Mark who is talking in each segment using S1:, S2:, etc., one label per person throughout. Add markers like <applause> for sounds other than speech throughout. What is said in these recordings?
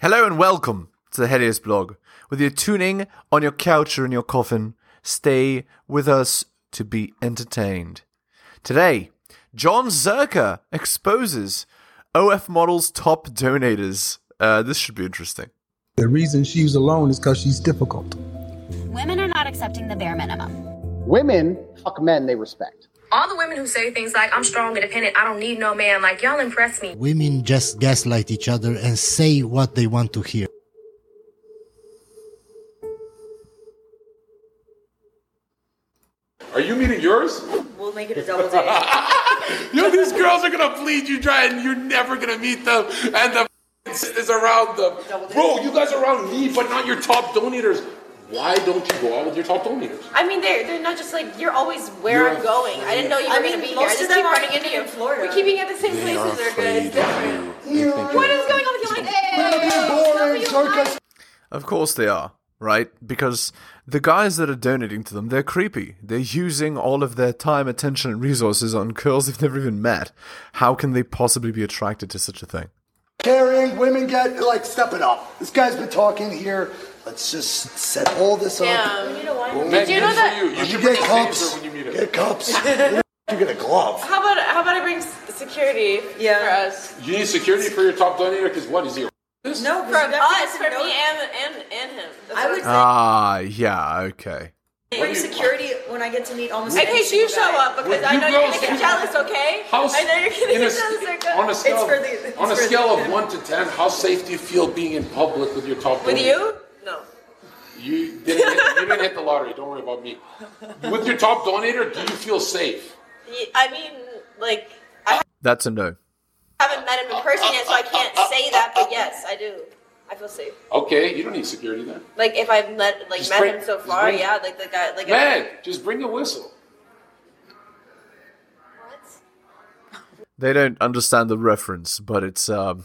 S1: Hello and welcome to the Helios blog. Whether you're tuning on your couch or in your coffin, stay with us to be entertained. Today, John Zerka exposes OF Model's top donators. Uh, this should be interesting.
S2: The reason she's alone is because she's difficult.
S3: Women are not accepting the bare minimum.
S4: women fuck men they respect.
S5: All the women who say things like, I'm strong, independent, I don't need no man, like, y'all impress me.
S6: Women just gaslight each other and say what they want to hear.
S7: Are you meeting yours?
S8: We'll make it a double date.
S7: Yo, these girls are gonna bleed you dry and you're never gonna meet them. And the <laughs> is around them. Bro, you guys are around me, but not your top donators. Why don't you go out with your top donators?
S9: I mean, they're they're not just like you're always where
S7: You're
S9: I'm going. I didn't know you were
S8: I
S9: gonna
S8: mean,
S9: be here.
S8: most
S9: I
S8: of
S9: just
S8: them
S9: keep
S8: are
S9: running into
S8: even
S9: you.
S8: in Florida.
S9: We're keeping at the same places. They're good. It's different. What is going on with you? Like, hey, stop being nice.
S1: Of course they are, right? Because the guys that are donating to them, they're creepy. They're using all of their time, attention, and resources on girls they've never even met. How can they possibly be attracted to such a thing?
S10: Caring women get like step it up. This guy's been talking here. Let's just set all this up.
S9: Damn.
S7: Did
S9: you know that-
S7: You, you
S10: You
S7: should bring
S10: get
S7: a taser
S10: cups.
S7: when you meet him.
S10: Get cups. you get a glove.
S9: How about how about I bring s- security
S8: Yeah.
S9: for us?
S7: You need security for your top donator because what is he?
S8: no,
S9: For us,
S8: that's
S9: for me and and and him. That's
S8: I
S9: what
S8: would
S7: Uh,
S8: say
S1: Ah, yeah, okay.
S8: bring security when I get to meet almost.
S9: I'm- In
S8: every
S9: case you
S8: single
S9: show
S8: guy.
S9: up, because
S7: Well,
S9: I
S7: you
S9: know you're
S7: girls-
S9: gonna get jealous, okay?
S7: How
S9: I know you're gonna
S7: in a
S9: get
S7: s-
S9: jealous, okay?
S7: on a scale,
S8: for the- it's
S7: on a
S8: for the-
S7: scale of one to ten, how safe do you feel being in public with your top?
S9: With
S7: donor?
S9: you? No.
S7: You didn't, hit, you didn't hit the lottery. Don't worry about me. With your top donator, do you feel safe?
S9: Ye- I mean, like I
S1: That's a no.
S9: haven't met him in person yet, so I can't say that. But yes, I do. I feel safe.
S7: Okay, you don't need security then.
S9: Like if I've met like
S7: Just
S9: met
S7: bring-
S9: him so
S7: just
S9: far,
S7: bring-
S9: yeah. Like the guy, like
S7: Man, just bring a whistle.
S1: They don't understand the reference, but it's um,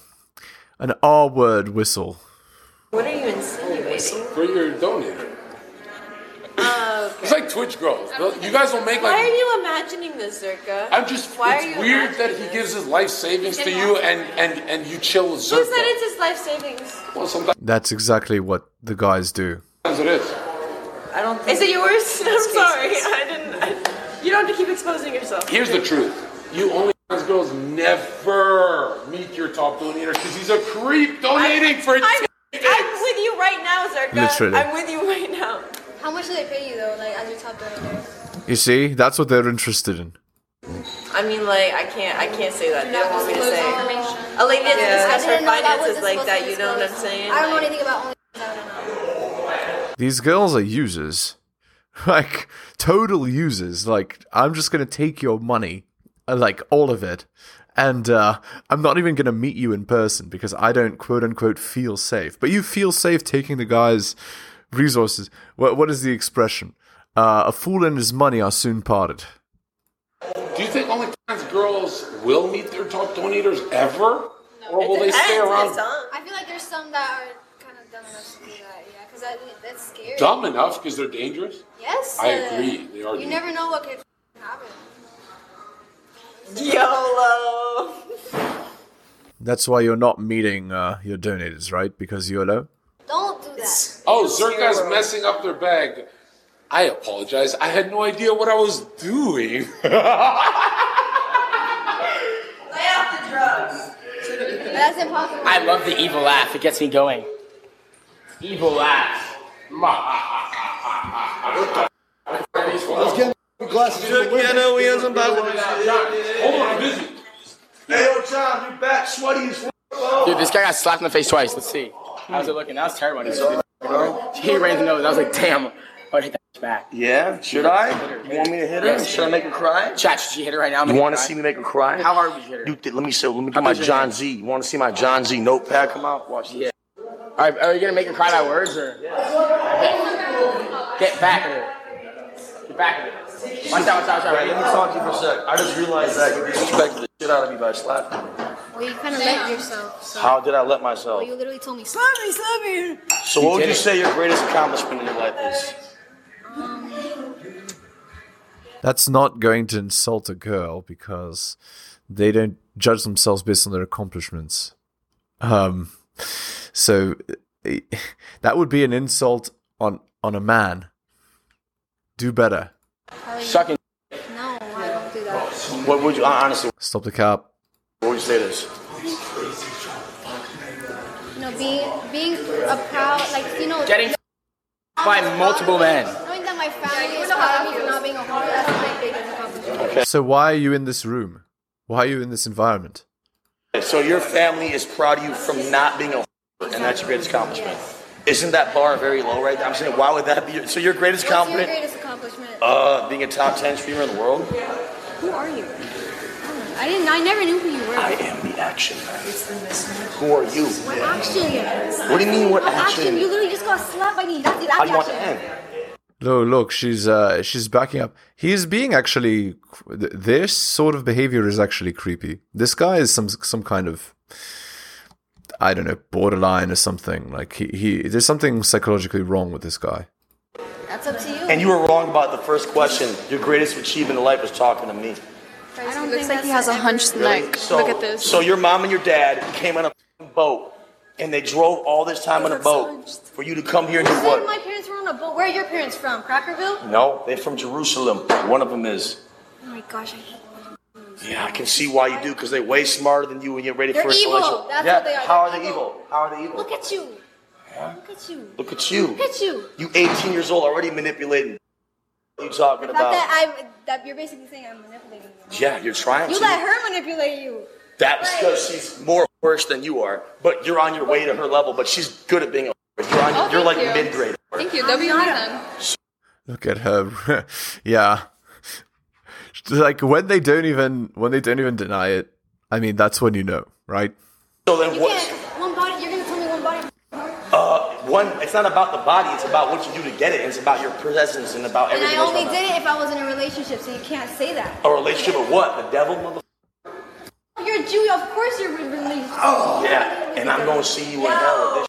S1: an R word whistle.
S9: what are you insinuating?
S7: For your donator. It's like Twitch girls. You guys will make
S9: Why are
S7: like.
S9: you imagining this, Zerka?
S7: I'm just.
S9: Why
S7: it's
S9: are you
S7: weird that
S9: imagining
S7: he
S9: this?
S7: gives his life savings to you and and and you chill with
S9: Who said
S7: Zerka.
S9: it's his life savings?
S7: Well, sometimes
S1: That's exactly what the guys do.
S7: it is.
S8: I don't. Think
S9: Is it yours? I'm
S8: cases.
S9: sorry, I didn't. I, you don't have to keep exposing yourself.
S7: Here's the truth. You only girls never meet your top donator because he's a creep donating for.
S9: I'm, I'm with you right now, Zerka.
S1: Literally.
S9: I'm with you right now.
S11: How much do they pay you though, like as your top donator?
S1: You see, that's what they're interested in.
S9: I mean, like, I can't. I can't say that. They don't want me to say.
S11: information.
S9: A lady doesn't
S8: Yeah.
S9: discuss her
S11: didn't know that
S9: finances
S11: wasn't
S9: like
S11: supposed
S9: that.
S11: to
S9: You
S11: be
S9: know what I'm
S11: disclosed.
S9: saying?
S11: I don't know
S9: Like,
S11: anything about OnlyFans. I don't know.
S1: These girls are users. <laughs> Like, total users. Like, I'm just going to take your money, uh, like, all of it. And uh, I'm not even going to meet you in person because I don't, quote unquote, feel safe. But you feel safe taking the guy's resources. What, what is the expression? Uh, a fool and his money are soon parted.
S7: Do you think OnlyFans girls will meet their top donators ever? Or will they stay
S9: depends,
S7: around
S9: it's on.
S11: I feel like there's some that are kind of dumb enough to do that, yeah, because that, that's scary.
S7: dumb enough because they're dangerous?
S11: Yes.
S7: I
S11: uh,
S7: agree, they are
S11: You
S7: dumb.
S11: never know what could happen.
S9: <laughs> YOLO.
S1: That's why you're not meeting uh, your donators, right? Because you're low.
S11: Don't do that.
S7: Oh, Zerka's messing up their bag. I apologize. I had no idea what I was <laughs> doing.
S9: Lay off the drugs.
S11: That's impossible.
S12: I love the evil laugh. It gets me going. Evil laugh.
S10: Let's get glasses. for the women.
S7: Hold on, I'm busy.
S12: Dude, this guy got slapped in the face twice. Let's see. How's it <laughs> looking? That was terrible. It's really hard. He ran the nose. I was like, damn. I would hit that back.
S4: Yeah, should I? You want me to hit her? Should I make her cry?
S12: Chat, should you hit it right now?
S4: You want to see me make her cry?
S12: How hard would you hit her?
S4: You th- let me show. Let me
S12: How
S4: do my
S12: much is
S4: John
S12: it?
S4: Z. You want to see my John Z notepad come out? Watch this.
S12: All right, are you gonna make her cry by words or? Get back at her. Get back at her. Watch out! Watch out! Watch out!
S4: Let me talk to you for a sec. I just realized that you disrespected the shit out of me by slapping. me.
S11: Well, you kind of let yourself. So
S4: How did I let myself?
S11: you literally told me. "Stop."
S8: Slap me, slap me.
S4: So, what would
S12: did
S4: you
S12: it.
S4: say your greatest accomplishment in your life is?
S1: That's not going to insult a girl because they don't judge themselves based on their accomplishments. Um, So eh, that would be an insult on on a man. Do better.
S12: Sucking.
S11: No, I don't do that.
S12: What would you honestly?
S1: Stop the cop.
S12: What would you say this?
S11: No, being being a proud, like you know,
S12: Getting by multiple men.
S11: knowing that my family is proud of me for not being a whore. That's my biggest accomplishment.
S1: So why are you in this room? Why are you in this environment?
S4: So your family is proud of you from not being a whore, and that's your greatest accomplishment. Isn't that bar very low right now? I'm saying, why would that be? Your, so your greatest
S11: What's your
S4: accomplishment,
S11: greatest accomplishment?
S4: uh, being a top ten streamer in the world.
S11: Who are you? Oh, I didn't. I never knew who you were.
S4: I am the action man. Who are you?
S11: What action?
S4: What do you mean, what action?
S11: You literally just got slapped by me. That's it. That's
S4: How do you want
S11: the
S4: to
S11: action.
S4: end?
S1: No, look, she's uh, she's backing up. He's being actually th- this sort of behavior is actually creepy. This guy is some some kind of I don't know borderline or something. Like he, he there's something psychologically wrong with this guy.
S11: That's up to you.
S4: And you were wrong about the first question. Your greatest achievement in life was talking to me.
S11: I don't
S9: Looks
S11: think
S9: like he
S11: that's
S9: has a
S11: ever-
S9: hunched neck.
S4: So,
S9: Look at this.
S4: So your mom and your dad came on a f***ing boat, and they drove all this time on a boat for you to come here and do
S11: You said
S4: what?
S11: my parents were on a boat. Where are your parents from? Crackerville?
S4: No, they're from Jerusalem. One of them is.
S11: Oh my gosh, I hate
S4: Yeah, I can see why you do, because they're way smarter than you, and you're ready
S11: They're
S4: for a
S11: evil.
S4: selection.
S11: That's
S4: yeah.
S11: what they are.
S4: How are
S11: They're
S4: they
S11: evil.
S4: evil? How are they evil?
S11: Look at you. Look at you.
S4: Look at you.
S11: Look at you.
S4: You 18 years old, already manipulating. What are you talking
S11: The fact
S4: about?
S11: that I that you're basically saying I'm manipulating you.
S4: yeah, you're trying
S11: You
S4: to.
S11: let her manipulate you.
S4: That's because she's more worse than you are, but you're on your way to her level. But she's good at being a. You're on.
S9: Oh,
S4: you're like
S9: thank you.
S4: mid grade.
S9: Thank you. W then.
S1: Look at her. <laughs> yeah, like when they don't even when they don't even deny it. I mean, that's when you know, right?
S4: So then
S11: You
S4: what?
S11: can't. 'cause One body. You're gonna tell me one body.
S4: Uh, one. It's not about the body. It's about what you do to get it. and It's about your presence and about
S11: And
S4: everything
S11: I
S4: else.
S11: only
S4: about
S11: did it if I was in a relationship, so you can't say that. Oh,
S4: that. A relationship with what? The devil, mother.
S11: You're a Jew. Of course you're in relationship.
S4: Oh. Yeah. And I'm gonna see you in hell. with this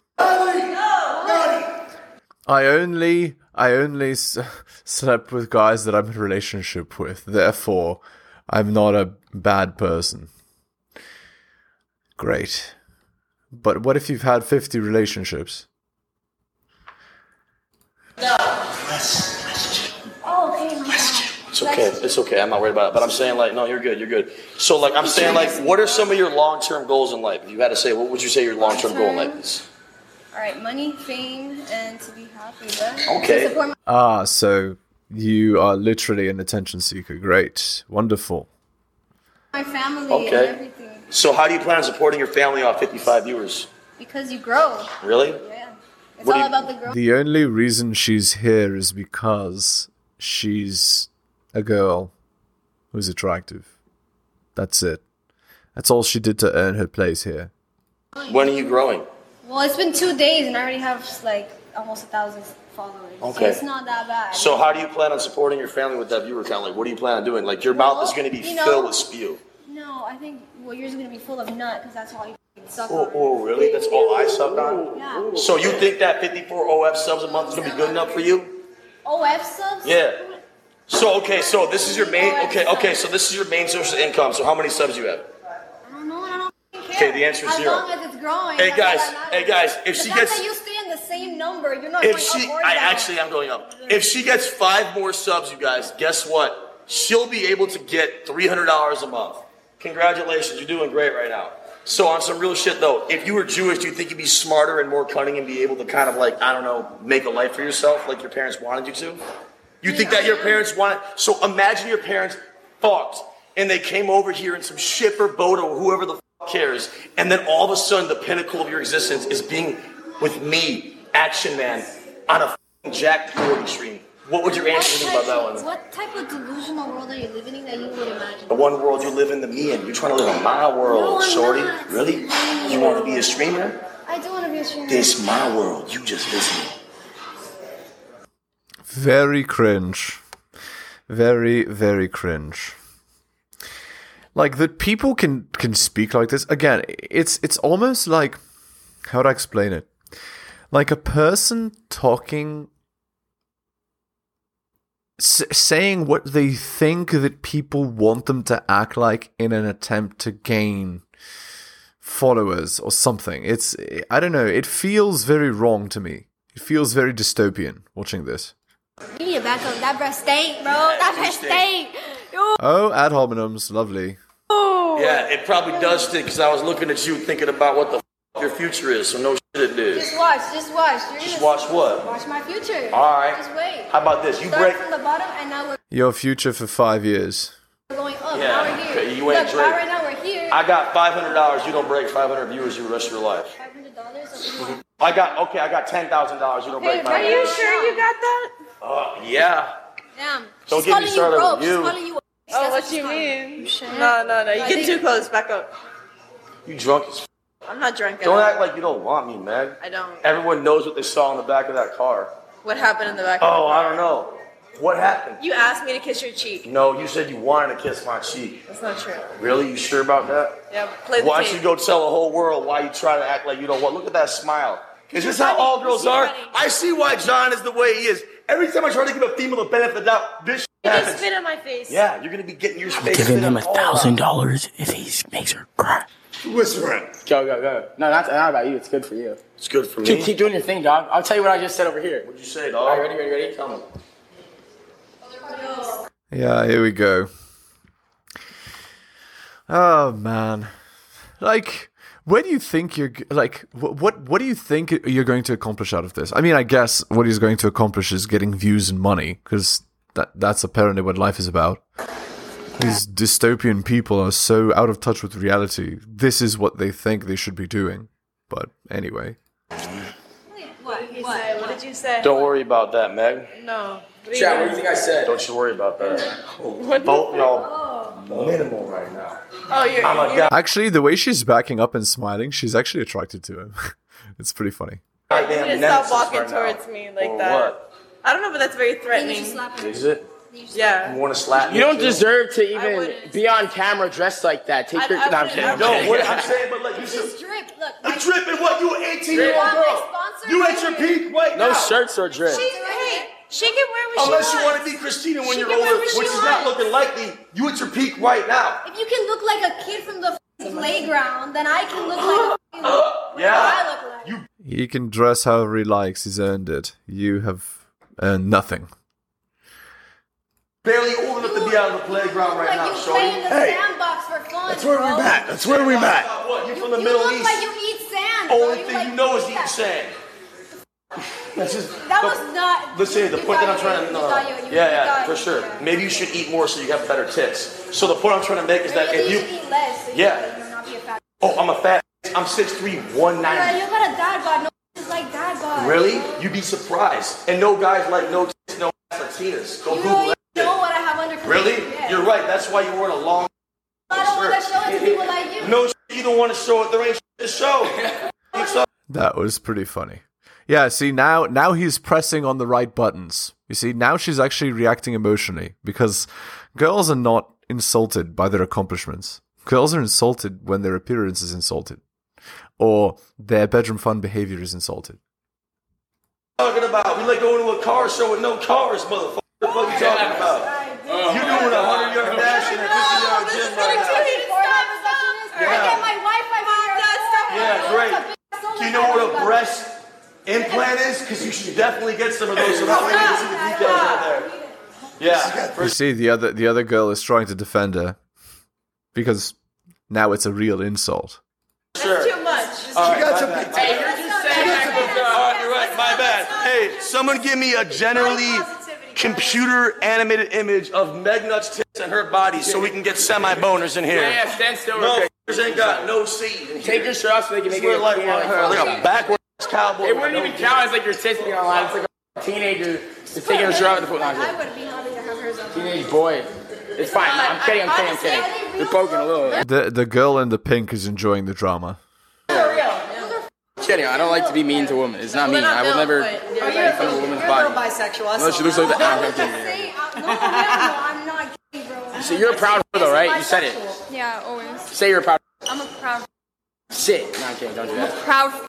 S1: I only I only s- <laughs> slept with guys that I'm in a relationship with. Therefore, I'm not a bad person. Great. But what if you've had 50 relationships?
S11: Oh, okay. My God.
S4: It's okay. It's okay. I'm not worried about it. But I'm saying like, no, you're good. You're good. So like, I'm saying like, what are some of your long-term goals in life? If you had to say, what would you say your long-term goal in life is?
S11: All right, money, fame, and to be happy. But
S4: Okay.
S11: To support my
S1: Ah, so you are literally an attention seeker. Great. Wonderful.
S11: my family
S4: Okay.
S11: and everything
S4: So how do you plan on supporting your family off 55 viewers?
S11: because you grow.
S4: Really?
S11: Yeah. It's
S4: What
S11: all
S4: do you-
S11: about the growth.
S1: The only reason she's here is because she's a girl who's attractive. That's it. That's all she did to earn her place here.
S4: When are you growing?
S11: Well, it's been two days and I already have like almost a thousand followers. So
S4: Okay.
S11: it's not that bad.
S4: So how do you plan on supporting your family with that viewer count? Like, what do you plan on doing? Like, your mouth is going to be
S11: You know-
S4: filled with spew.
S11: no, I think well yours is gonna be full of nut because that's all you f***ing suck
S4: Oh,
S11: on.
S4: oh, really? That's all I sucked on.
S11: Yeah.
S4: So you think that 54 OF subs a month is going to be good enough for you?
S11: OF subs.
S4: Yeah. So okay, so this is your
S11: Oh,
S4: main. Okay, okay, so this is your main source of income. So how many subs you have?
S11: I don't know. I don't f***ing care.
S4: Okay, the answer is
S11: as
S4: zero.
S11: As long as it's growing.
S4: Hey,
S11: that's all
S4: guys,
S11: that matters.
S4: hey, guys, if
S11: the
S4: she
S11: fact
S4: gets-
S11: that you stay in the same number, you're not
S4: If
S11: going
S4: she,
S11: up or
S4: I
S11: down.
S4: actually, I'm going up. If she gets five more subs, you guys, guess what? She'll be able to get $300 a month. Congratulations, you're doing great right now. So on some real shit though, if you were Jewish, do you think you'd be smarter and more cunning and be able to kind of like, I don't know, make a life for yourself like your parents wanted you to? You think that your parents wanted, so imagine your parents fucked and they came over here in some shit or boat or whoever the fuck cares. And then all of a sudden the pinnacle of your existence is being with me, action man, on a fucking Jack Doherty stream. What would your answer be
S11: What
S4: about that
S11: type-
S4: one?
S11: What type of delusional world are you living in that you would imagine?
S4: The one world you live in, the me in. You're trying to live in my world,
S11: No, I'm
S4: shorty.
S11: not.
S4: Really? You want to be a streamer?
S11: I do want to be a streamer.
S4: This my world. You just listen.
S1: Very cringe. Very, very cringe. Like that people can can speak like this. Again, it's it's almost like how would I explain it? Like a person talking s- saying what they think that people want them to act like in an attempt to gain followers or something. It's I don't know. It feels very wrong to me. It feels very dystopian watching this.
S11: You need to back up. That breath stink, bro. That breath stink. Ooh.
S1: Oh, ad hominems, lovely.
S4: Yeah, it probably does stink because I was looking at you thinking about what the f- your future is. So no shit, it did.
S11: Just watch. Just watch. You're
S4: Just
S11: gonna-
S4: watch what?
S11: Watch my future.
S4: All right.
S11: Just wait.
S4: How about this? You
S11: Start
S4: break.
S11: from the bottom, and now we're
S1: Your future for five years.
S11: going up.
S4: Yeah,
S11: Now we're here.
S4: okay, you ain't
S11: Look,
S4: Drake.
S11: right now we're here.
S4: I got five hundred dollars. You don't break five hundred viewers your rest of your life. I got okay. I got ten thousand dollars. You don't break
S9: are
S4: five.
S9: you sure you got that?
S4: Uh, yeah.
S11: Damn.
S4: Don't get me started with you.
S11: you.
S9: Oh, what you mean? No, no, no. You
S11: I think-
S9: get too close. Back up.
S4: You drunk as. F-
S9: I'm not drunk. at
S4: don't
S9: all.
S4: act like you don't want me, man.
S9: I don't.
S4: Everyone knows what they saw in the back of that car.
S9: What happened in the back?
S4: Oh, I don't know. What happened?
S9: You asked me to kiss your cheek.
S4: No, you said you wanted to kiss my cheek.
S9: That's not true.
S4: Really? You sure about that?
S9: Yeah, play the
S4: Why
S9: tape.
S4: don't you go tell the whole world why you try to act like you don't want? Look at that smile. Is this how all girls are? I see why John is the way he is. Every time I try to give a female the benefit of the doubt, this shit
S9: Just
S4: happens.
S9: spit in my face.
S4: Yeah, you're gonna be getting your space.
S12: Giving him a
S4: all out.
S12: thousand dollars if he makes her cry.
S4: Whispering.
S12: Go, go, go. No, not, not about you. It's good for you.
S4: It's good for
S12: Keep,
S4: me.
S12: keep doing your thing, dog. I'll tell you what I just said over here.
S4: What'd you say, dog?
S12: All right, ready, ready, ready? Tell me.
S1: Yeah, here we go. Oh man, like where do you think you're g- like wh- what what do you think you're going to accomplish out of this? I mean, I guess what he's going to accomplish is getting views and money because that that's apparently what life is about. These dystopian people are so out of touch with reality. This is what they think they should be doing. But anyway,
S9: What? What? What? did you say?
S4: Don't worry about that, Meg.
S9: No.
S12: Chad, what do you think I said?
S4: Don't you worry about that.
S9: What?
S4: Vote no. Minimal right now.
S9: Oh, you're.
S4: I'm a
S9: you're
S4: guy.
S1: actually, the way she's backing up and smiling, she's actually attracted to him. <laughs> it's pretty funny.
S9: you
S4: Goddamn
S9: need to
S4: nemesis
S9: stop walking
S4: right now.
S9: towards me like
S4: Or
S9: that.
S4: What?
S9: I don't know, but that's very threatening.
S4: Is it?
S9: Yeah.
S4: You want to slap me?
S12: You don't
S4: too?
S12: deserve to even be on camera dressed like that. Take
S9: I-
S12: your.
S9: I
S12: no, I'm
S9: wouldn't-
S12: kidding. I'm
S4: No,
S12: kidding.
S4: what I'm saying, but like you should.
S11: Just drip. Look.
S4: I'm dripping what? You an 18 year old
S11: Want my
S4: girl.
S11: sponsor?
S4: You at your peak right
S12: No
S4: now.
S12: shirts or drip.
S9: She, hey, she can wear what
S4: Unless
S9: she
S4: you
S9: wants.
S4: want to be Christina when
S11: She
S4: you're
S11: can wear
S4: older,
S11: what she
S4: which is not
S11: wants.
S4: looking likely. You at your peak right now.
S11: If you can look like a kid from the f- playground, then I can look
S4: <gasps>
S11: like a kid.
S4: Yeah.
S11: I look like.
S4: You
S1: He can dress however he likes. He's earned it. You have earned nothing.
S4: barely old enough to be out on the playground right
S11: like
S4: now,
S11: you play in
S4: Shorty.
S11: the sandbox for fun.
S10: That's where
S11: bro.
S10: we're at. That's where we're at.
S4: About What? You from the
S11: You
S4: Middle
S11: look
S4: East?
S11: like you eat sand. bro.
S4: Only
S11: You
S4: thing
S11: like
S4: you know is
S11: eat
S4: eating
S11: sand.
S4: sand. That's just.
S11: That
S4: the-
S11: was not.
S4: Listen, the
S11: you
S4: point that
S11: thought
S4: I'm
S11: you
S4: trying to
S11: were-
S4: no,
S11: you thought you-
S4: yeah,
S11: you
S4: yeah,
S11: thought
S4: for
S11: you-
S4: sure. Maybe you should eat more so you have better tits. So the point I'm trying to make is that
S11: Maybe
S4: if
S11: you
S4: you,
S11: should eat less. so you
S4: Yeah.
S11: can not be a fat.
S4: oh, I'm a fat, I'm 6'3", 190.
S11: Yeah, you got a dad bod. No is like dad bod.
S4: Really? You'd be surprised. And no guys like no tits, no ass Latinas. Go
S11: You
S4: Google
S11: don't
S4: that.
S11: even know what I have under control.
S4: Really?
S11: Yeah.
S4: You're right. That's why you're wearing a long
S11: I don't want to show it to people like you.
S4: shirt. No, shit, you don't want to show it. There ain't shit to show. What's up?
S1: That was pretty funny. Yeah, see now now he's pressing on the right buttons. You see, now she's actually reacting emotionally because girls are not insulted by their accomplishments. Girls are insulted when their appearance is insulted or their bedroom fun behavior is insulted.
S4: talking about? We like going to a car show with no cars, motherfucker. What the fuck you talking about? You doing a 100 yard dash in a 50 yard
S9: this
S4: gym
S9: is
S4: right
S9: gonna
S4: now.
S9: take-
S11: I get my Wi-Fi from your stop.
S4: Yeah, great. Do you know what a breast implant is? Because you should definitely get some of those so that way you can see the details out there. Yeah.
S1: You see the other the other girl is trying to defend her because now it's a real insult.
S9: That's too much.
S10: She got some big tits.
S4: Alright, you're right. My bad. Hey, someone give me a generally computer animated image of Meg Nuts tits and her body so we can get semi boners in
S12: Yeah,
S4: here.
S12: yeah, stand still. real
S4: No,
S12: quick.
S4: f***ers ain't got no seat. in
S12: Take
S4: here.
S12: your shirt off so they can
S4: It's
S12: make
S4: weird
S12: it
S4: like
S12: clear
S4: one-
S12: on the
S4: like a
S12: phone.
S4: backwards cowboy.
S12: It
S4: with
S12: wouldn't
S4: no
S12: even count as like your tits being online. It's like a teenager is taking a shirt off the phone.
S11: I would be happy to have hers on.
S12: Teenage boy. It's fine. No, I'm kidding. I'm kidding. I'm kidding. You're poking a little. I'm
S1: The the girl in the pink is enjoying the drama.
S12: kidding. I don't like to be mean to women. It's not mean.
S9: We're not
S12: I will
S9: built,
S12: never
S9: but
S12: make
S9: you're
S12: fun of a woman's body.
S9: bisexual. I
S12: Unless
S9: saw
S12: she looks
S9: that.
S12: like that.
S11: No, I'm just saying. I-
S12: I'm kidding.
S11: No, no, no, I'm not gay, bro.
S12: So you're a proud whore though, right? You said it.
S13: Yeah, always.
S12: Say you're a proud.
S13: I'm a proud,
S12: Shit. No, I'm kidding. Don't do that.
S13: proud.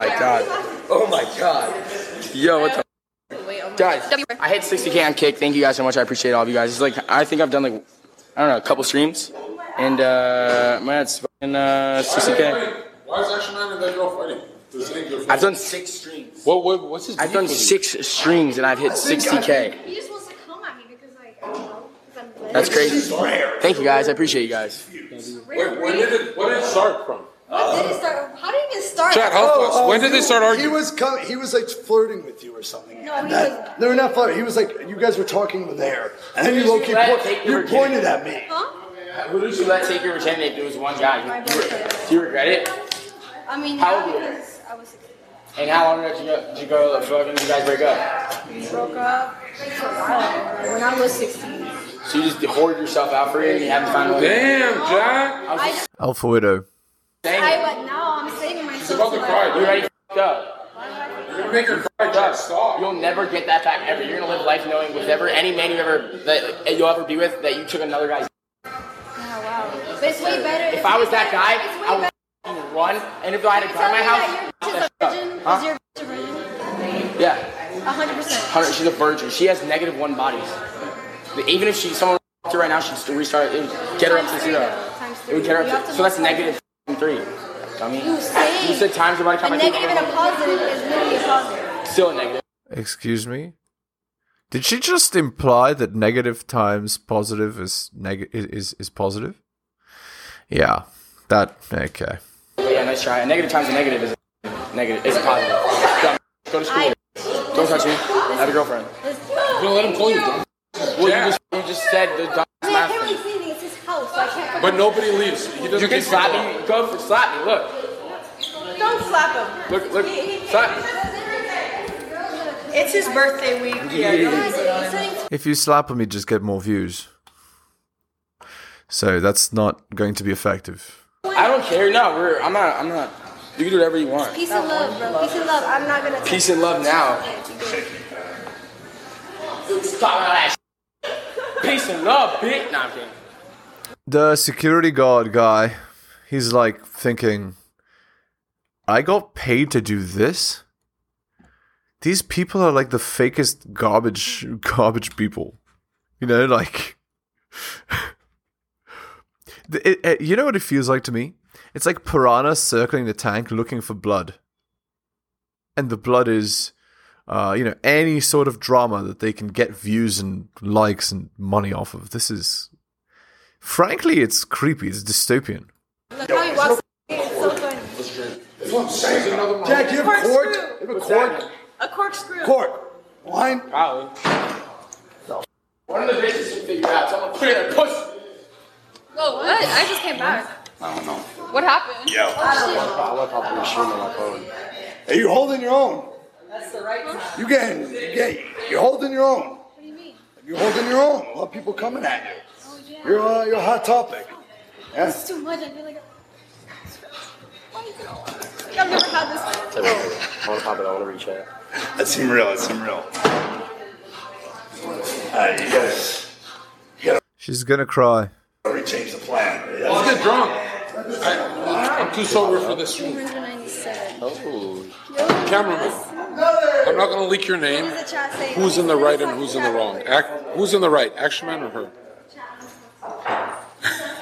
S12: My God. Oh my God. Yo, what the. Guys, I hit 60k on kick. Thank you guys so much. I appreciate all of you guys. It's like I think I've done like I don't know a couple streams, and uh, my dad's and uh, 60k.
S7: Why is Action Man and that girl fighting? Does it ain't
S12: I've done six streams.
S7: What, what, what's his
S12: I've done
S7: beef with
S12: six streams and I've hit 60k.
S11: He just wants to come at me because, like, I don't know. 'cause I'm lit.
S12: That's crazy. Thank you guys. I appreciate you guys.
S7: Wait, when did it, when did it start from?
S11: When did it start? How did it even start?
S7: When did they start
S10: Oh, He was com- he was like flirting with you or something.
S11: No, he
S10: That-
S11: was-
S10: they were not flirting. He was like, you guys were talking with there, and then
S12: Who
S10: you
S12: did
S10: low
S12: you
S10: key
S12: let
S10: po-
S12: take the
S10: you
S12: virginity?
S10: pointed at me.
S12: Who did you let take your virginity? There was one guy. Do you, do you regret it?
S11: I mean,
S12: How
S11: yeah,
S12: old were you?
S11: because I was
S12: And how long did you go? Did you go? Like, fucking, did you guys break up?
S11: we broke up when I was 16.
S12: So you just hoarded yourself out for it and you haven't found a way.
S7: Damn, Jack.
S12: I was just
S1: Alpha Widow.
S12: saying.
S11: I but now I'm saving myself. to, like,
S12: You already fucked up. You're make her cry, Jack. Stop. You'll never get that back ever. You're gonna live life knowing with ever any man you ever that you'll ever be with that you took another guy's.
S11: Oh, wow. But it's way better.
S12: If I was that guy, I would fucking run. And if I had a gun in my house,
S11: Virgin,
S12: Huh?
S11: Is your bitch a virgin?
S12: yeah.
S11: 100%.
S12: Hunter, she's a virgin. She has negative one bodies. But Even if she someone to right now, she'd still restart. It would get her up to
S11: Times
S12: zero.
S11: three, though. Times
S12: It would get her
S11: three. You
S12: up
S11: have
S12: to.
S11: to
S12: So that's
S11: multiply
S12: negative three. Dummy.
S11: You saying
S12: You said times your body
S11: A
S12: count by two.
S11: negative and a positive is literally a positive.
S12: Still a negative.
S1: Excuse me? Did she just imply that negative times positive is neg- is- is is positive? Yeah. That okay.
S12: But yeah, nice try. A negative times a negative is a negative. It's a positive. Dumb. Go to school. Don't touch me. I have a girlfriend. Don't let him call you. Dumb. Well, you just you just said the dumb
S11: I mean, I
S12: math
S11: can't
S12: thing.
S11: really see anything. It's his house, so I can't.
S7: But nobody leaves. He doesn't
S12: You can
S7: leave
S12: slap
S7: people.
S12: me. Go for slap me. Look.
S8: Don't slap him.
S12: Look. Look. Slap. me.
S8: It's his birthday week. Yeah, don't sit on him.
S1: If you slap him, you just get more views. So that's not going to be effective.
S12: I don't care. No, we're. I'm not. I'm not. You can do whatever you want.
S11: Peace and love, bro. Peace and love. I'm not gonna.
S12: Peace and love now. Stop all that shit. Peace and love, bitch. Nah, I'm kidding.
S1: The security guard guy, he's like thinking, I got paid to do this? These people are like the fakest garbage garbage people. You know, like <laughs> The- it, it- you know what it feels like to me? It's like piranha circling the tank looking for blood. And the blood is uh, you know, any sort of drama that they can get views and likes and money off of. This is frankly it's creepy, it's dystopian.
S11: Look how he walks. It's so funny.
S7: That's what I'm saying. There's another one.
S10: Jack, you have
S8: Corkscrew.
S10: cork. You have a cork.
S8: A corkscrew.
S10: Cork. Wine.
S12: Probably. One of the bitches should figure out. So I'm gonna put it in her pussy.
S9: Whoa, what? I just came back.
S12: I don't know.
S9: What happened?
S10: Yo.
S12: I like how blue shrimp and like own.
S10: Hey, you're holding your own.
S8: That's the right one.
S10: You getting, you getting, you're holding your own. What do you
S11: mean?
S10: You're holding your own. A lot of people coming at you.
S11: Oh yeah.
S10: You're, uh, you're a hot topic. Yeah.
S11: It's too much. I feel like. I'm- Why is it all- Like, I've never had this.
S12: I wanna pop it. I wanna reach out.
S10: That's seem real. That seem real. Uh, you gotta,
S1: She's gonna cry.
S10: gotta rechange the plan.
S7: Let's get drunk. I, I'm too sober for this stream.
S11: 197.
S12: Oh.
S7: Cameraman, I'm not gonna leak your name.
S11: There's a chat saying-
S7: Who's in the right and who's in the wrong? Act, who's in the right, Action Man
S11: <laughs>
S7: or her?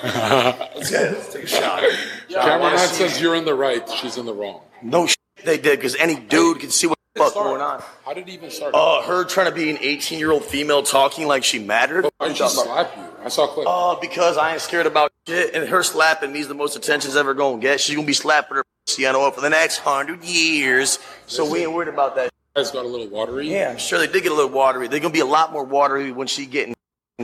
S10: Let's get it. Let's take a shot.
S7: Cameraman says you're in the right. She's in the wrong.
S4: No, sh- they did because any dude can see what the fuck going on.
S7: How did it even start?
S4: Uh, her trying to be an 18 year old female talking like she mattered.
S7: Why did she slap you? I saw a clip.
S4: Uh, because I ain't scared about shit, and her slapping me's the most attention's ever gonna get. She's gonna be slapping her piano up for the next hundred years, so we ain't worried about that.
S7: Guys got a little watery.
S4: Yeah, I'm sure they did get a little watery. They're gonna be a lot more watery when she getting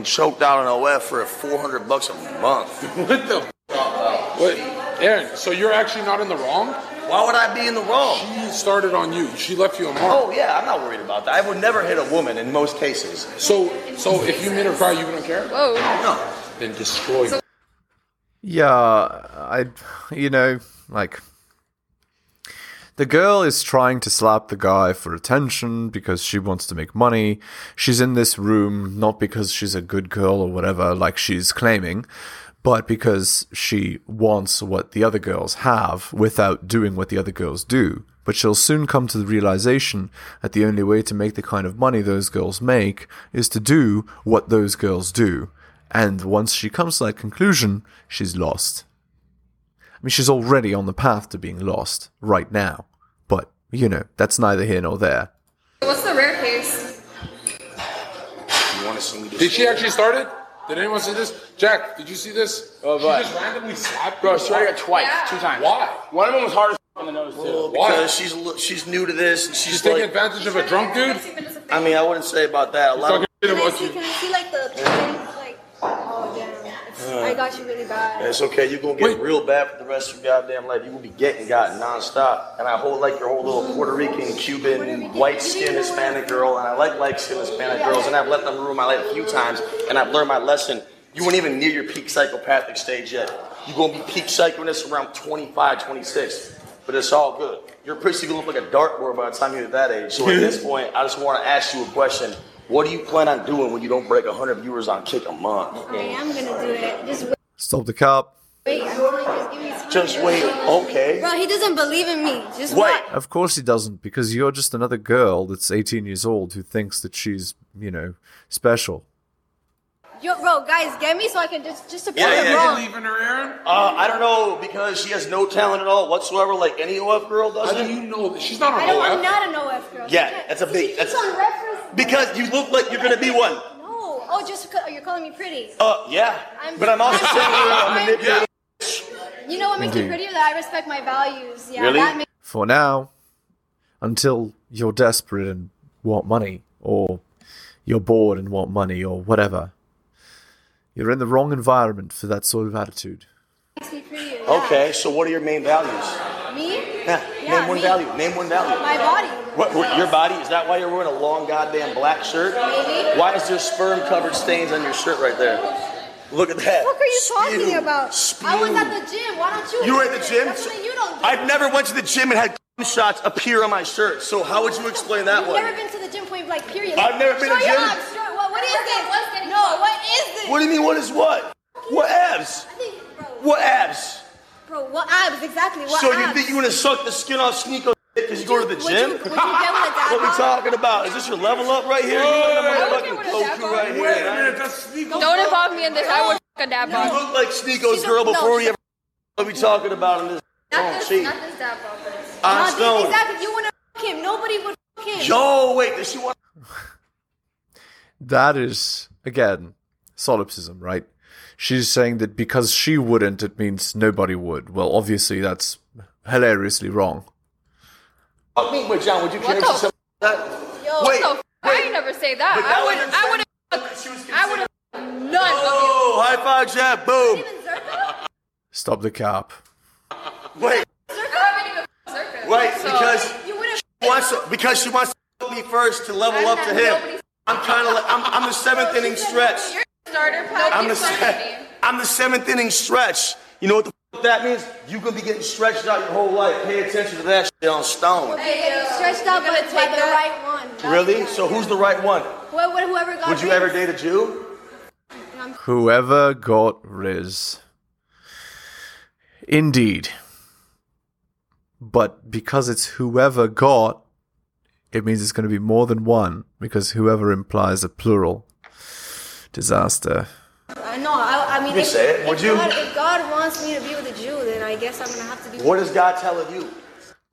S4: choked out on OF for 400 bucks a month.
S7: <laughs> What the? What? Aaron, so you're actually not in the wrong?
S4: Why would I be in the wrong?
S7: She started on you. She left you a mark.
S4: Oh yeah, I'm not worried about that. I would never hit a woman in most cases.
S7: So, so if you made her cry, you wouldn't care?
S9: Whoa.
S4: No.
S7: Then destroy her.
S1: Yeah, I, you know, like the girl is trying to slap the guy for attention because she wants to make money. She's in this room not because she's a good girl or whatever, like she's claiming, but because she wants what the other girls have without doing what the other girls do. But she'll soon come to the realization that the only way to make the kind of money those girls make is to do what those girls do. And once she comes to that conclusion, she's lost. mean, she's already on the path to being lost right now. But, you know, that's neither here nor there.
S11: What's the rare case?
S7: Did she actually start it? Did anyone see this? Jack, did you see this?
S12: Oh, what?
S7: She just randomly slapped.
S12: Bro,
S7: people.
S12: she already got twice, two times.
S7: Why?
S12: One of them was hard as f- on the nose, too.
S4: Well,
S7: Why?
S4: because she's li- she's new to this and she's,
S7: She's taking
S4: like-
S7: advantage of a drunk dude.
S4: I mean, I wouldn't say about that. A lot of
S7: Talking
S11: Can I
S7: about
S11: see,
S7: you.
S11: can I see like the thing? Like, oh damn. It's, I got you really bad.
S4: it's okay. You're gonna get real bad for the rest of your goddamn life. You're gonna be getting got nonstop. And I hold like your whole little Puerto Rican, Cuban, white skinned Hispanic girl, and I like light skinned Hispanic girls, and I've let them ruin my life a few times, and I've learned my lesson. You weren't even near your peak psychopathic stage yet. You're gonna be peak psychoness around 25, 26. But it's all good. Your pussy gonna look like a dartboard by the time you're that age. So at <laughs> this point, I just wanna ask you a question. What do you plan on doing when you don't break 100 viewers on Kick a month?
S11: I am gonna do it. Just wait.
S1: Stop the cop.
S11: wait. I'm gonna just give me time.
S4: Just wait. Okay.
S11: Bro, he doesn't believe in me. Just
S4: Wait.
S11: wait.
S1: Of course he doesn't, because you're just another girl that's 18 years old who thinks that she's, you know, special.
S11: Yo, bro, guys, get me so I can just just support
S4: Yeah,
S11: him,
S4: yeah,
S11: bro.
S4: yeah. Uh, I don't know because she has no talent at all whatsoever, like any OF girl does.
S7: How do you know that she's not
S11: I
S7: an
S11: don't. I'm
S7: OF?
S11: not an OF girl.
S4: Yeah,
S11: You can't-
S4: that's a
S11: See,
S4: big-
S11: he
S4: that's-
S11: keeps on reference.
S4: Because you look like you're gonna be one.
S11: No. Oh, just because you're calling me pretty.
S4: Uh, yeah.
S11: I'm-
S4: but
S11: <laughs>
S4: I'm also saying you're a manipulator.
S11: You know what makes me
S1: Indeed.
S11: pretty? That I respect my values. Yeah.
S1: Really?
S11: That makes
S1: For now, until you're desperate and want money, or you're bored and want money, or whatever, you're in the wrong environment for that sort of attitude.
S11: me pretty. yeah.
S4: Okay, so what are your main values?
S11: Me?
S4: Yeah,
S11: Yeah,
S4: name one
S11: me.
S4: value. Name one value.
S11: My body.
S4: What, what, your body? Is that why you're wearing a long goddamn black shirt?
S11: Maybe.
S4: Why is there sperm covered stains on your shirt right there? Look at that.
S11: What the fuck are you talking
S4: Spew.
S11: about? I was
S4: Spew.
S11: at the gym. Why don't you?
S4: You were at the gym?
S11: That's something you don't do.
S4: I've never went to the gym and had shots appear on my shirt. So how would you explain that
S11: You've
S4: one?
S11: never been to the gym point blank. Period.
S4: I've never been
S11: Show
S4: to
S11: your
S4: gym.
S11: abs, show- what- what is this? No. What is this?
S4: What do you mean? What is what? What abs?
S11: I think, bro.
S4: What abs?
S11: Bro, what abs exactly? What
S4: so
S11: abs?
S4: you think you're gonna suck the skin off Sneeko because you go to the
S11: Would you-
S4: gym?
S11: would you get with a dad
S4: <laughs> what we
S11: bod?
S4: talking about? Is this your level up right here? You look like a
S11: I
S4: motherfucking
S11: would get with a dad
S4: Goku
S11: bod.
S4: right here.
S7: Wait a
S4: right?
S7: minute, that's sneaky.
S13: Don't involve me in this. I would f- a dad
S4: You
S13: bod.
S4: look like Sneeko's
S13: She's a-
S4: girl
S13: no,
S4: before we
S13: she's-
S4: ever. What we talking about in this?
S11: Not
S4: Oh,
S11: this,
S4: gee.
S11: not this dad bod, bro.
S4: I'm
S11: Nah, this-
S4: stoned.
S11: Exactly. You wanna fuck him? Nobody would fuck him.
S4: Yo, wait. Does she want?
S1: That is, again, solipsism, right? She's saying that because she wouldn't, it means nobody would. Well, obviously, that's hilariously wrong.
S4: Fuck me, but John, would you care
S13: What
S4: if
S13: the
S4: she said that?
S13: Yo,
S4: wait,
S13: what the f- I ain't never say that.
S4: But that
S13: I
S4: was
S13: would.
S4: your
S13: I would.
S4: She was
S13: I would have none
S4: Oh,
S13: of you.
S4: high five, Jack. Boom.
S1: Stop the cop.
S4: Wait,
S13: I haven't even f- circus.
S4: wait,
S13: So-
S4: because
S11: You wouldn't.
S4: she wants to, because she wants to fuck me first to level up to him. I'm kind of like I'm, I'm the seventh inning stretch.
S13: You're a starter pack.
S4: I'm the,
S13: Nobody's fucking
S4: se-
S13: me.
S4: I'm the seventh inning stretch. You know what the f- that means? You're gonna be getting stretched out your whole life. Pay attention to that shit on stone.
S11: Hey,
S7: uh,
S11: stretched out, but it's like the right one.
S4: Really? So who's the right one?
S11: Whoever, whoever got
S4: Would you
S11: raped.
S4: ever date a Jew?
S1: Whoever got Riz. Indeed. But because it's whoever got, it means it's going to be more than one, because whoever implies a plural. Disaster.
S11: I know. uh, I, I mean,
S4: You can
S11: if,
S4: say it. Would
S11: if
S4: you?
S11: God, if God wants me to be with a Jew, then I guess I'm gonna have to be.
S4: What does God tell of you?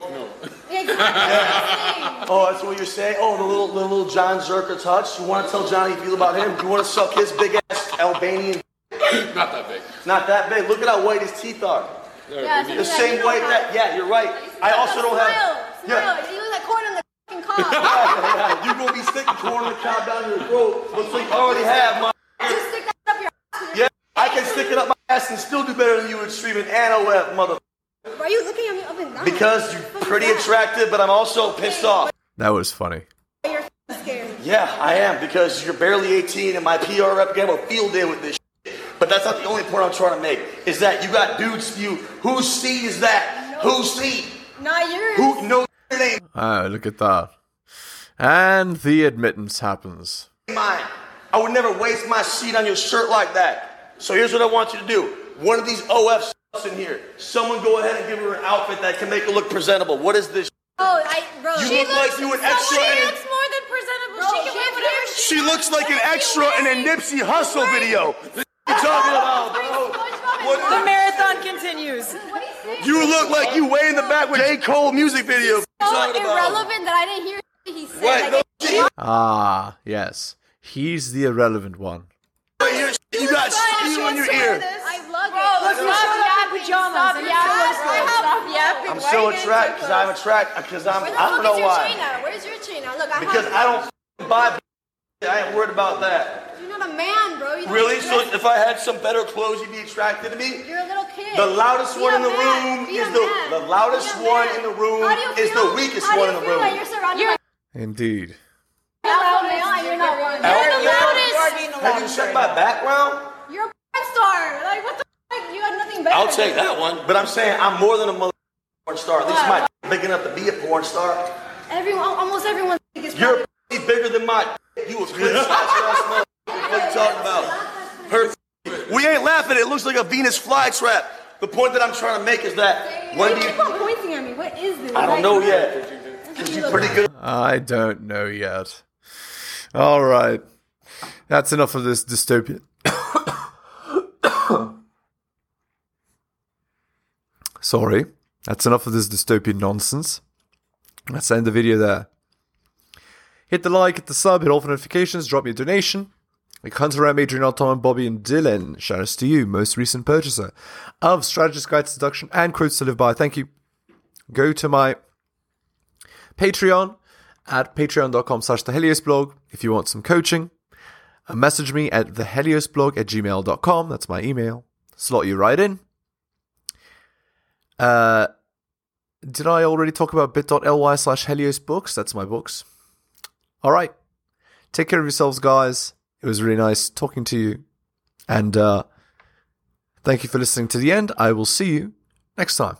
S4: <laughs>
S11: Exactly. That's
S4: Oh, that's what you're saying. Oh, the little, the little John Zerker touch. You want to tell Johnny you feel about him? You want to suck his big ass Albanian?
S7: Not that big.
S4: It's not that big. Look at how white his teeth are.
S11: Yeah, so
S4: The same
S11: you
S4: white
S11: don't
S4: that.
S11: have-
S4: Yeah, you're right. I also don't have.
S11: Smile,
S4: Yeah.
S11: smile. You was like corn on the fucking cob.
S4: Yeah, You're gonna be sticking corn on the cob down your throat. Looks like you already have my.
S11: <laughs> Just stick that up your ass.
S4: Yeah, I can stick it up my ass and still do better than you at streaming and OF, mother.
S11: Why are you looking at me up and down?
S4: Because you're pretty attractive, but I'm also pissed off.
S1: That was funny.
S11: You're fucking scared.
S4: Yeah, I am because you're barely 18 and my PR rep can have a field day with this. Shit. But that's not the only point I'm trying to make. Is that you got dudes to you? Whose seat is that? Whose seat?
S11: Nah, you're.
S4: Who? No, it ain't
S1: Oh, look at that. And the admittance happens.
S4: mine. I would never waste my seat on your shirt like that. So here's what I want you to do. One of these OFs in here. Someone go ahead and give her an outfit that can make her look presentable. What is this?
S11: Oh, I, bro.
S4: You look like you an extra in a-
S11: more than presentable. she can wear whatever
S4: She looks like an extra in a Nipsey Hustle video. What you talking about, bro? What
S14: The marathon continues.
S11: What is
S4: You look like you way in the back with J. Cole music video.
S11: so irrelevant that I didn't hear he said.
S4: What?
S11: Like,
S1: Ah, yes. He's the irrelevant one.
S4: You got shit in your ear.
S11: I love
S8: Bro,
S11: it.
S8: let's not
S11: Stop
S8: be yapping, stop
S11: yapping, stop
S8: yapping,
S11: yapping,
S8: stop
S11: stop yapping.
S9: I'm
S11: Why
S9: so
S11: you guys so
S9: attracted because I'm
S11: close?
S9: attracted because I'm
S11: Where the
S9: I
S11: fuck
S9: don't
S11: is
S9: know
S11: your
S9: why.
S11: chain at? Where's your chain at? Look, I
S9: Because
S11: have
S9: I don't buy. I ain't worried about that.
S11: You're not a man, bro. You don't
S4: Really? So
S11: exist.
S4: if I had some better clothes, you'd be attracted to me?
S11: You're a little kid.
S4: The loudest
S11: Be
S4: one
S11: a
S4: in the
S11: man.
S4: room
S11: Be
S4: is
S11: a
S4: the,
S11: man.
S4: the loudest
S11: Be a
S4: one
S11: man.
S4: in the room
S11: How do you
S4: is the
S11: feel-
S4: weakest
S11: how do
S4: one
S11: you
S4: in the
S11: feel
S4: room.
S11: Like you're surrounded by
S1: Indeed.
S11: alpha male and you're not one.
S4: Alpha
S11: You're the
S4: male?
S11: loudest.
S4: Have you checked my background?
S11: You're a porn star. Like what the fuck? You had nothing better.
S4: I'll take that one. But I'm saying I'm more than a mother porn star. At least my big enough to be a porn star.
S11: Everyone, almost everyone is.
S4: Your is bigger than my. You a clear shot ass mother. What you talking about? Her. We ain't laughing. It looks like a Venus flytrap. The point that I'm trying to make is that when
S11: Why
S4: do
S11: do
S4: you?
S11: you keep on pointing at me? What is this?
S4: I
S11: Like,
S4: don't know yet.
S11: you
S4: You're
S11: look-
S4: pretty good.
S1: I don't know yet. All right. That's enough of this dystopian. <coughs> Sorry. That's enough of this dystopian nonsense. Let's end the video there. Hit the like, hit the sub, hit all for notifications, drop me a donation. Like Hunter M, Adrian Alton, Bobby, and Dylan. Shout outs to you, most recent purchaser of Strategist Guide to Seduction and Quotes to Live By. Thank you. Go to my Patreon at patreon.com slash the Heliosblog if you want some coaching. Uh, Message me at theheliosblog at gmail.com. That's my email. Slot you right in. Uh, did I already talk about bit.ly slash heliosbooks? That's my books. All right. Take care of yourselves, guys. It was really nice talking to you. And uh, thank you for listening to the end. I will see you next time.